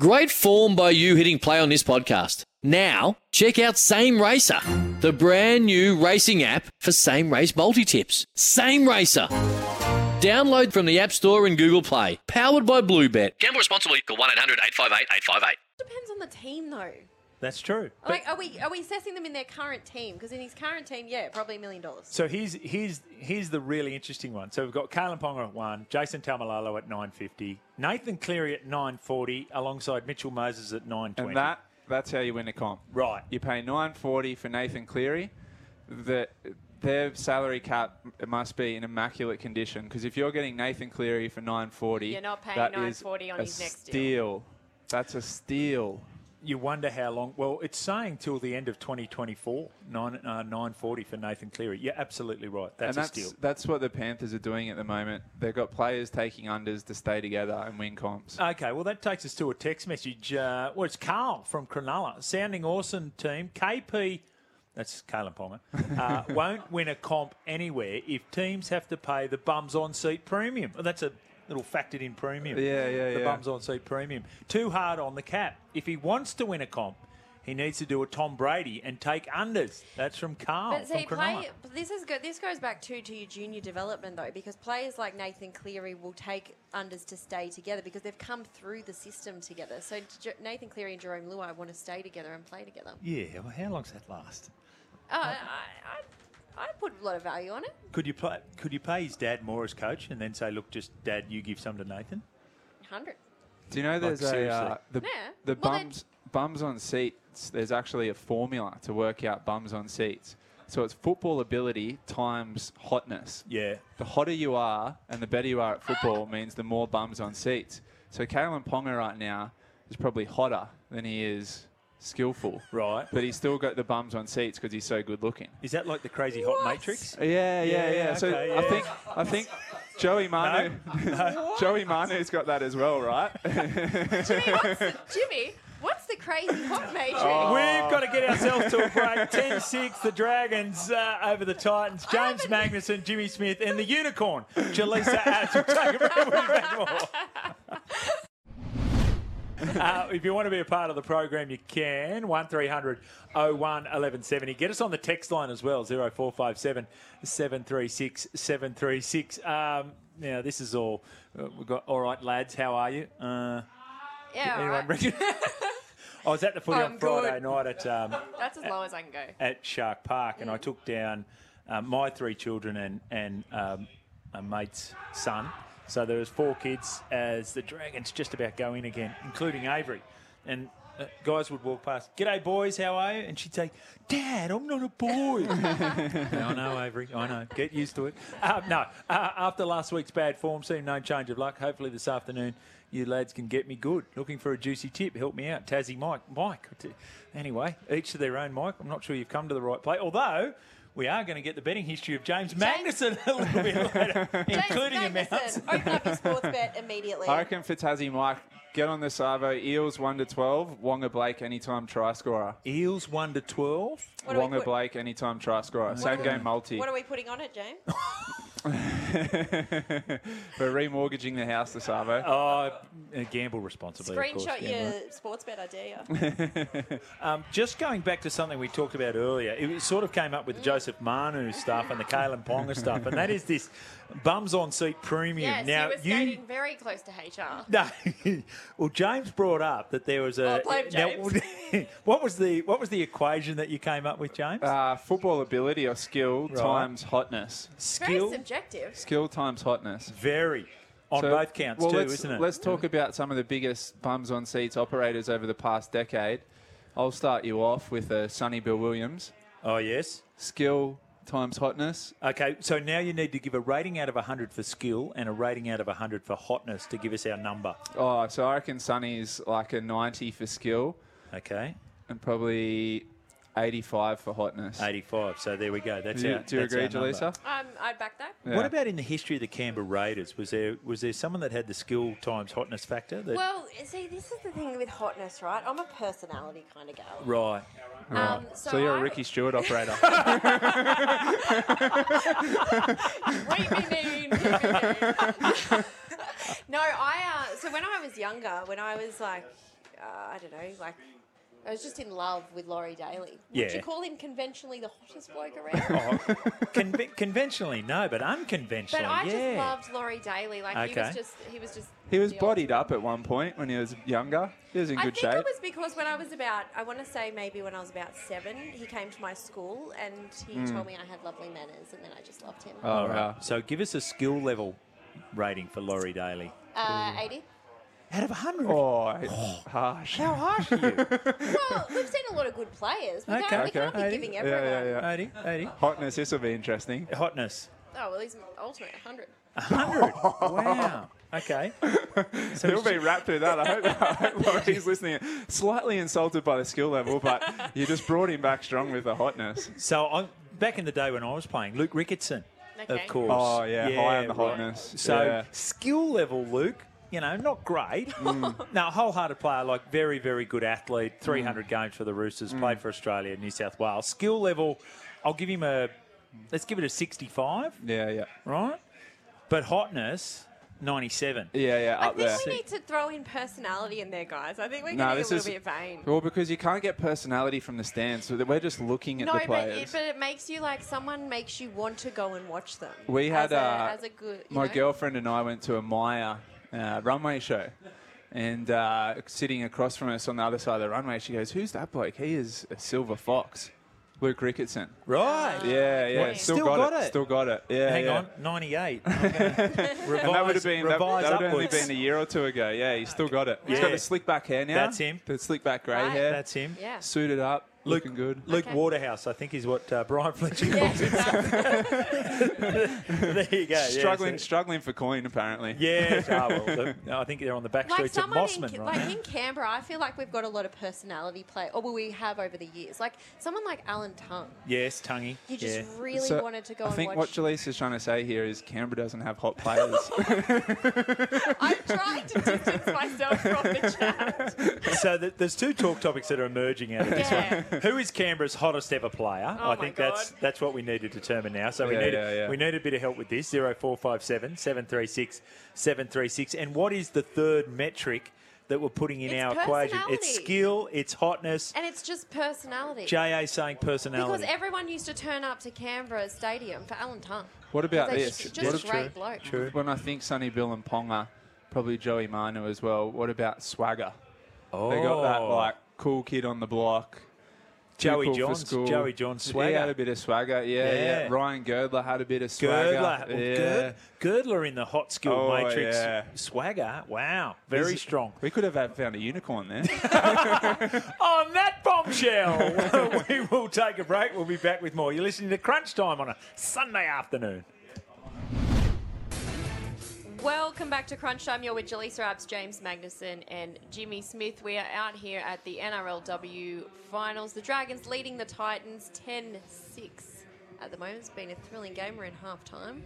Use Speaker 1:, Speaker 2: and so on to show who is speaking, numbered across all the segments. Speaker 1: Great form by you hitting play on this podcast. Now, check out Same Racer, the brand new racing app for same race multi tips. Same Racer. Download from the App Store and Google Play. Powered by Bluebet. Gamble responsibly. Call 1 800 858 858.
Speaker 2: Depends on the team, though.
Speaker 3: That's true.
Speaker 2: Like, oh. are we are we assessing them in their current team? Because in his current team, yeah, probably a million dollars.
Speaker 3: So here's here's here's the really interesting one. So we've got Kalen Ponga at one, Jason Tamalalo at nine fifty, Nathan Cleary at nine forty, alongside Mitchell Moses at nine twenty.
Speaker 4: And that that's how you win a comp.
Speaker 3: Right.
Speaker 4: You pay nine forty for Nathan Cleary. The their salary cap must be in immaculate condition because if you're getting Nathan Cleary for nine forty,
Speaker 2: You're not paying 940 on his next deal.
Speaker 4: deal. That's a steal.
Speaker 3: You wonder how long. Well, it's saying till the end of 2024, nine uh, nine forty for Nathan Cleary. You're absolutely right. That's,
Speaker 4: and that's
Speaker 3: a steal.
Speaker 4: that's what the Panthers are doing at the moment. They've got players taking unders to stay together and win comps.
Speaker 3: Okay, well, that takes us to a text message. Uh, well, it's Carl from Cronulla. Sounding awesome, team. KP, that's Kalen Palmer, uh, won't win a comp anywhere if teams have to pay the bums on seat premium. Well, that's a little factored in premium.
Speaker 4: Yeah, yeah,
Speaker 3: The
Speaker 4: yeah.
Speaker 3: bums on seat premium. Too hard on the cap. If he wants to win a comp, he needs to do a Tom Brady and take unders. That's from Carl
Speaker 2: But
Speaker 3: from
Speaker 2: see,
Speaker 3: Cronulla.
Speaker 2: play, but this is good. This goes back too to your junior development though, because players like Nathan Cleary will take unders to stay together because they've come through the system together. So J- Nathan Cleary and Jerome Luai want to stay together and play together.
Speaker 3: Yeah, well, how long's that last?
Speaker 2: Oh, I, I, I put a lot of value on it.
Speaker 3: Could you play? Could you pay his dad more as coach and then say, "Look, just dad, you give some to Nathan"?
Speaker 2: Hundred.
Speaker 4: Do you know there's a uh,
Speaker 3: seriously.
Speaker 4: the,
Speaker 2: Yeah.
Speaker 4: the
Speaker 2: Well, then-
Speaker 4: bums bums on seats? There's actually a formula to work out bums on seats. So it's football ability times hotness.
Speaker 3: Yeah,
Speaker 4: The hotter you are and the better you are at football means the more bums on seats. So Kalen Ponga right now is probably hotter than he is skillful.
Speaker 3: Right.
Speaker 4: But he's still got the bums on seats because he's so good looking.
Speaker 3: Is that like the crazy hot
Speaker 2: What?
Speaker 3: matrix?
Speaker 4: Yeah, yeah, yeah.
Speaker 3: Yeah,
Speaker 4: So
Speaker 3: okay,
Speaker 4: I
Speaker 3: yeah.
Speaker 4: think I think Joey Manu, Joey Manu's got that as well, right?
Speaker 2: Jimmy, what's the, Jimmy, what's the crazy hot matrix?
Speaker 3: We've got to get ourselves to a break. 10 6, the Dragons uh, over the Titans. James Magnuson, Jimmy Smith, and the unicorn, Jaleesa Adams. We'll take a break. We'll be back more. Uh, if you want to be a part of the program, you can. 1300 01 1170. Get us on the text line as well 0457 736 736. Um, now, this is all. uh, We've got, all right, lads, how are you? Uh,
Speaker 2: yeah, all
Speaker 3: Anyone
Speaker 2: right.
Speaker 3: reckon? I was at the footy
Speaker 2: I'm
Speaker 3: on Friday night at um,
Speaker 2: That's as low as I can go.
Speaker 3: at Shark Park,
Speaker 2: Mm.
Speaker 3: and I took down um, my three children and and um, a mate's son. So there was four kids as the Dragons just about go in again, including Avery. And uh, guys would walk past, "G'day boys, how are you?" And she'd say, "Dad, I'm not a boy." Yeah, I know, Avery. I know. Get used to it. Um, no, uh, after last week's bad form, seeing no change of luck. Hopefully this afternoon, you lads can get me good. Looking for a juicy tip. Help me out, Tassie, Mike, Mike. t- Anyway, each to their own, Mike. I'm not sure you've come to the right place. Although. We are going to get the betting history of James, Magnuson a little bit later, including
Speaker 2: James
Speaker 3: amounts.
Speaker 2: Magnuson, open up your sports bet immediately.
Speaker 4: I reckon for Tassie Mike, get on the Savo. Eels 1 to 12. Wonga Blake, anytime try scorer.
Speaker 3: Eels one to twelve.
Speaker 2: What do we
Speaker 4: Wonga
Speaker 2: put-
Speaker 4: Blake, anytime try scorer. Same
Speaker 2: do we-
Speaker 4: game multi.
Speaker 2: What are we putting on it, James?
Speaker 4: We're remortgaging the house to Savo.
Speaker 3: Oh, uh, gamble responsibly. of course,
Speaker 2: Screenshot
Speaker 3: gamble.
Speaker 2: your sports bet, I dare you.
Speaker 3: Just going back to something we talked about earlier, it was- sort of came up with the Joseph Manu stuff and the Kalen Ponga stuff, and that is this bums on seat premium.
Speaker 2: yes,
Speaker 3: now
Speaker 2: you were skating very close to HR.
Speaker 3: no, well James brought up that there was
Speaker 2: Oh,
Speaker 3: a.
Speaker 2: blame
Speaker 3: Now, what was the what was the equation that you came up with,
Speaker 2: Oh.
Speaker 3: James?
Speaker 4: Uh, football ability or skill times hotness.
Speaker 2: Very
Speaker 3: Skill,
Speaker 2: subjective.
Speaker 4: Skill times hotness.
Speaker 3: very on
Speaker 4: So-
Speaker 3: both counts
Speaker 4: well,
Speaker 3: too,
Speaker 4: let's,
Speaker 3: isn't it?
Speaker 4: Let's talk about some of the biggest bums on seats operators over the past decade. I'll start you off with uh, Sonny Bill Williams.
Speaker 3: oh yes.
Speaker 4: Skill times hotness.
Speaker 3: Okay, so now you need to give a rating out of hundred for skill and a rating out of hundred for hotness to give us our number.
Speaker 4: Oh, so I reckon Sonny's like a 90 for skill
Speaker 3: Okay,
Speaker 4: and probably 85 for hotness.
Speaker 3: eighty-five. So there we go. That's
Speaker 4: Do you,
Speaker 3: our.
Speaker 4: do you
Speaker 3: that's
Speaker 4: agree,
Speaker 3: our number.
Speaker 4: Jaleesa?
Speaker 2: Um, I'd back that.
Speaker 4: Yeah.
Speaker 3: What about in the history of the Canberra Raiders? Was there was there someone that had the skill times hotness factor? That,
Speaker 2: Well, see, this is the thing with hotness, right? I'm a personality kind of girl.
Speaker 3: right.
Speaker 2: Um,
Speaker 4: So, you're a
Speaker 2: I-
Speaker 4: Ricky Stewart operator.
Speaker 2: Wait, me, me, me, me. no, I. Uh, so when I was younger, when I was like uh, I don't know, like. I was just in love with Laurie Daly. Would
Speaker 3: Yeah.
Speaker 2: you call him conventionally the hottest bloke around?
Speaker 3: Conve- conventionally, no, but
Speaker 2: But
Speaker 3: unconventionally,
Speaker 2: I
Speaker 3: yeah.
Speaker 2: just loved Laurie Daly. Like he
Speaker 3: Okay.
Speaker 2: was just he was just
Speaker 4: He was
Speaker 2: the
Speaker 4: bodied up at one point when he was younger. He was in
Speaker 2: I
Speaker 4: good
Speaker 2: think
Speaker 4: shape.
Speaker 2: it was because when I was about, I want to say maybe when I was about seven, he came to my school and he told me I had lovely manners, and then I just loved him.
Speaker 4: Hmm. oh,
Speaker 3: Alright,
Speaker 4: wow.
Speaker 3: So give us a skill level rating for Laurie Daly.
Speaker 2: Uh, 80.
Speaker 3: Out of 100.
Speaker 4: Oh, it's harsh.
Speaker 3: How harsh are you?
Speaker 2: Well, we've seen a lot of good players. We,
Speaker 3: Okay,
Speaker 2: can't, we
Speaker 3: okay.
Speaker 2: can't be
Speaker 3: Eighty.
Speaker 2: giving
Speaker 4: Yeah,
Speaker 2: everyone.
Speaker 4: yeah, yeah.
Speaker 3: 80, 80.
Speaker 4: Hotness, this will be interesting.
Speaker 3: Hotness.
Speaker 2: Oh, well, he's ultimate 100.
Speaker 3: 100. wow. Okay. So
Speaker 4: He'll be wrapped through that. I hope, I hope Laurie's listening. Slightly insulted by the skill level, but you just brought him back strong with the hotness.
Speaker 3: So I, back in the day when I was playing, Luke Rickardson,
Speaker 2: Okay.
Speaker 3: of course.
Speaker 4: Oh, yeah, high on the
Speaker 3: right.
Speaker 4: hotness.
Speaker 3: So
Speaker 4: Yeah.
Speaker 3: skill level, Luke. You know, not great.
Speaker 4: Mm.
Speaker 3: Now, wholehearted player, like very, very good athlete. Three hundred games for the
Speaker 4: Mm.
Speaker 3: Roosters. Played for Australia, New South Wales. Skill level, I'll give him a. Let's give it a sixty-five,
Speaker 4: Yeah, yeah.
Speaker 3: right? But hotness, ninety-seven.
Speaker 4: Yeah, yeah,
Speaker 2: I
Speaker 4: up
Speaker 2: think
Speaker 4: there.
Speaker 2: we need to throw in personality in there, guys. I think we're
Speaker 4: No,
Speaker 2: getting a
Speaker 4: this
Speaker 2: little
Speaker 4: is-
Speaker 2: bit vain.
Speaker 4: Well, because you can't get personality from the stands, so that we're just looking at
Speaker 2: No,
Speaker 4: the
Speaker 2: but it,
Speaker 4: players.
Speaker 2: but it makes you like someone makes you want to go and watch them.
Speaker 4: we
Speaker 2: as
Speaker 4: had
Speaker 2: a,
Speaker 4: uh,
Speaker 2: as a good. you
Speaker 4: my
Speaker 2: know?
Speaker 4: girlfriend and I went to a Maya uh, runway show, and uh, sitting across from us on the other side of the runway, she goes, "Who's that bloke? He is a silver fox, Luke Rickardson."
Speaker 3: Right.
Speaker 4: Yeah, yeah,
Speaker 2: Oh, What,
Speaker 4: still,
Speaker 3: still
Speaker 4: got,
Speaker 3: got
Speaker 4: it.
Speaker 3: it?
Speaker 4: still got it. Yeah,
Speaker 3: Hang
Speaker 4: yeah.
Speaker 3: on, ninety-eight.
Speaker 4: And that would have been that,
Speaker 3: Revise
Speaker 4: that would only
Speaker 3: upwards.
Speaker 4: been a year or two ago. Yeah, he's still got it. He's
Speaker 3: Yeah.
Speaker 4: got the slick back hair now.
Speaker 3: That's him.
Speaker 4: The slick back grey
Speaker 2: Right.
Speaker 4: hair.
Speaker 3: That's him.
Speaker 2: Yeah.
Speaker 4: Suited up,
Speaker 3: Luke-
Speaker 4: looking good.
Speaker 3: Luke
Speaker 2: Okay.
Speaker 3: Waterhouse, I think, is what uh, Brian Fletcher.
Speaker 2: Yeah, exactly.
Speaker 3: there you go. yeah,
Speaker 4: struggling,
Speaker 3: so-
Speaker 4: struggling for coin apparently.
Speaker 3: Yeah, ah, well, the- no, I think they're on the back
Speaker 2: like
Speaker 3: streets of
Speaker 2: someone
Speaker 3: Mossman,
Speaker 2: in,
Speaker 3: right?
Speaker 2: like in Canberra, I feel like we've got a lot of personality play, or well, we have over the years. Like someone like Alan Tung,
Speaker 3: yes, Tungy.
Speaker 2: you just
Speaker 3: yeah.
Speaker 2: really
Speaker 4: So,
Speaker 2: wanted to go
Speaker 4: I
Speaker 2: and watch.
Speaker 4: think what Jalise is trying to say here is Canberra doesn't have hot players.
Speaker 2: I'm trying to distance myself from the chat.
Speaker 3: so th- there's two talk topics that are emerging out of this
Speaker 2: Yeah.
Speaker 3: one. Who is Canberra's hottest ever player?
Speaker 2: Oh
Speaker 3: I
Speaker 2: my
Speaker 3: think that's
Speaker 2: God.
Speaker 3: that's what we need to determine now. So we
Speaker 4: Yeah,
Speaker 3: need
Speaker 4: yeah, yeah.
Speaker 3: we need a bit of help with this. 0457 736 736. And what is the third metric that we're putting in
Speaker 2: It's
Speaker 3: our equation? It's
Speaker 2: personality.
Speaker 3: skill, it's hotness.
Speaker 2: And it's just personality.
Speaker 3: JA saying personality.
Speaker 2: because everyone used to turn up to Canberra Stadium for Alan Tung.
Speaker 4: What about
Speaker 2: Because
Speaker 4: this?
Speaker 2: he's
Speaker 4: What
Speaker 2: Just
Speaker 4: if-
Speaker 2: a great bloke.
Speaker 3: True.
Speaker 4: when I think Sonny Bill and Ponga, probably Joey Manu as well. What about Swagger?
Speaker 3: oh.
Speaker 4: They got that like cool kid on the block. too
Speaker 3: Joey
Speaker 4: cool for
Speaker 3: Johns.
Speaker 4: school.
Speaker 3: Joey Johns
Speaker 4: He had a
Speaker 3: swagger.
Speaker 4: bit of swagger. Yeah, yeah.
Speaker 3: Yeah.
Speaker 4: Ryan Girdler had a bit of swagger.
Speaker 3: Girdler, Well,
Speaker 4: Yeah.
Speaker 3: Gir- Girdler in the hot skill
Speaker 4: Oh,
Speaker 3: matrix.
Speaker 4: yeah.
Speaker 3: Swagger, wow, very
Speaker 4: Is-
Speaker 3: strong.
Speaker 4: We could have had- found a unicorn there.
Speaker 3: On that bombshell, we will take a break. We'll be back with more. You're listening to Crunch Time on a Sunday afternoon.
Speaker 2: Welcome back to Crunch Time. You're with Jaleesa Abs, James Magnuson, and Jimmy Smith. We are out here at the NRLW finals. The Dragons leading the Titans 10 6 at the moment. It's been a thrilling game. We're in half time.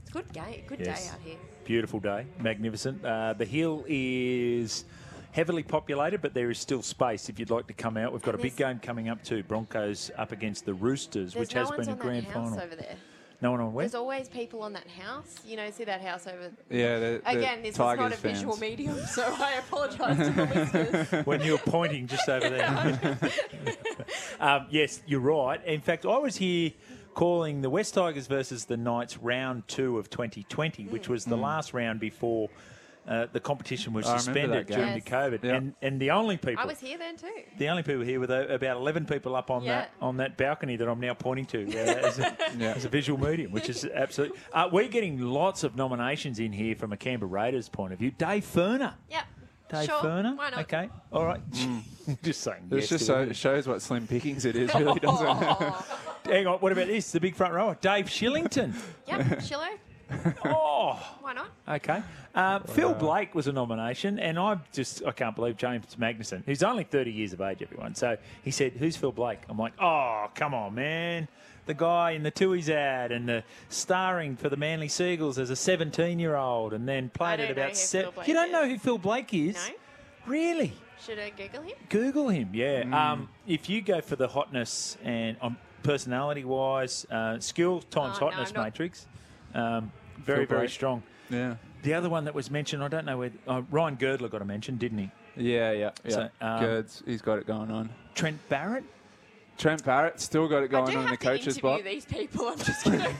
Speaker 2: It's a good game, good
Speaker 3: Yes.
Speaker 2: day out here.
Speaker 3: Beautiful day, magnificent. Uh, the hill is heavily populated, but there is still space if you'd like to come out. We've got
Speaker 2: And
Speaker 3: a big
Speaker 2: there's-
Speaker 3: game coming up too. Broncos up against the Roosters,
Speaker 2: There's
Speaker 3: which
Speaker 2: no
Speaker 3: has
Speaker 2: one's
Speaker 3: been a
Speaker 2: on
Speaker 3: grand
Speaker 2: that house
Speaker 3: final.
Speaker 2: over there.
Speaker 3: No one on where?
Speaker 2: There's always people on that house. You know, see that house over
Speaker 4: yeah. The, the
Speaker 2: Again, this is not
Speaker 4: Tigers
Speaker 2: a
Speaker 4: fans.
Speaker 2: visual medium, so I apologise to the listeners.
Speaker 3: when you were pointing just over there. um, yes, you're right. In fact, I was here calling the West Tigers versus the Knights round two of 2020,
Speaker 4: Hmm.
Speaker 3: which was the last round before. Uh, the competition was
Speaker 4: I remember
Speaker 3: suspended
Speaker 4: that game.
Speaker 3: during the
Speaker 2: Yes.
Speaker 3: COVID,
Speaker 4: Yeah.
Speaker 3: and and the only people
Speaker 2: I was here then too.
Speaker 3: the only people here were the, about eleven people up on
Speaker 2: Yeah.
Speaker 3: that on that balcony that I'm now pointing to uh, as, a,
Speaker 4: Yeah.
Speaker 3: as a visual medium, which is absolutely. Uh, we're getting lots of nominations in here from a Canberra Raiders point of view. Dave Ferner,
Speaker 2: Yep.
Speaker 3: Dave
Speaker 2: sure.
Speaker 3: Ferner?
Speaker 2: Why not?
Speaker 3: Okay. All right. Mm. just saying.
Speaker 4: It's
Speaker 3: yes
Speaker 4: just
Speaker 3: to
Speaker 4: so
Speaker 3: everything.
Speaker 4: it shows what slim pickings it is. Really doesn't.
Speaker 3: Hang on. What about this? The big front rower, Dave Shillington.
Speaker 2: Yep. Shillo.
Speaker 3: oh.
Speaker 2: Why not?
Speaker 3: Okay. Uh, Phil Blake was a nomination, and I just I can't believe James Magnuson, who's only thirty years of age, everyone. So he said, "Who's Phil Blake?" I'm like, "Oh, come on, man." The guy in the Tui's ad and the starring for the Manly Seagulls as a 17 year old and then played
Speaker 2: don't
Speaker 3: at
Speaker 2: know
Speaker 3: about
Speaker 2: who
Speaker 3: seven.
Speaker 2: Phil Blake
Speaker 3: You don't
Speaker 2: is.
Speaker 3: know who Phil Blake is?
Speaker 2: No.
Speaker 3: Really?
Speaker 2: Should I Google him?
Speaker 3: Google him, yeah.
Speaker 4: Mm.
Speaker 3: Um, if you go for the hotness and um, personality wise, uh, skill times
Speaker 2: Oh, no,
Speaker 3: hotness
Speaker 2: I'm not-
Speaker 3: matrix, um, very, very
Speaker 4: Feel great.
Speaker 3: strong.
Speaker 4: yeah.
Speaker 3: The other one that was mentioned, I don't know where. Uh, Ryan Girdler got a mention, didn't he?
Speaker 4: Yeah, yeah, yeah.
Speaker 3: So, um,
Speaker 4: Goods, he's got it going on.
Speaker 3: Trent Barrett.
Speaker 4: Trent Barrett still got it
Speaker 5: I
Speaker 4: going
Speaker 5: do
Speaker 4: on in the
Speaker 5: have to
Speaker 4: coaches'
Speaker 5: interview
Speaker 4: box.
Speaker 5: these people. I'm just going to.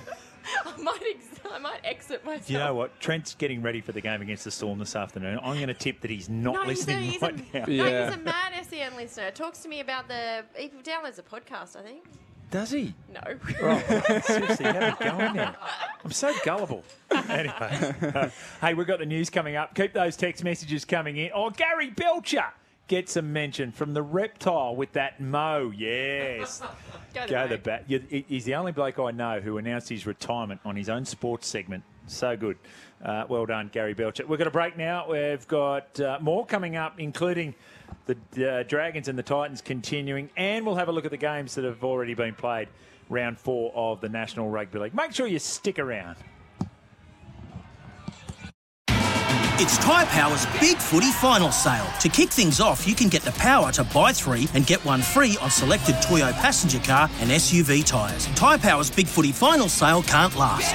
Speaker 5: I might, ex- I might exit myself.
Speaker 3: You know what? Trent's getting ready for the game against the Storm this afternoon. I'm going to tip that he's not
Speaker 2: No, he's a-
Speaker 3: listening
Speaker 2: he's a-
Speaker 3: right now.
Speaker 4: Yeah.
Speaker 2: No, he's a mad SEN listener. Talks to me about the. He downloads a podcast, I think.
Speaker 3: Does he?
Speaker 5: No.
Speaker 3: Seriously, have it going there. I'm so gullible. Anyway, hey, we've got the news coming up. Keep those text messages coming in. Oh, Gary Belcher gets a mention from the reptile with that mo. Yes.
Speaker 5: Go,
Speaker 3: Go the
Speaker 5: the
Speaker 3: bat. You- he- He's the only bloke I know who announced his retirement on his own sports segment. So good. Uh, well done, Gary Belcher. We've got a break now. We've got uh, more coming up, including the uh, Dragons and the Titans continuing, and we'll have a look at the games that have already been played, round four of the National Rugby League. Make sure you stick around.
Speaker 6: It's Tyre Power's Big Footy Final Sale. To kick things off, you can get the power to buy three and get one free on selected Toyo passenger car and SUV tyres. Tyre Power's Big Footy Final Sale can't last.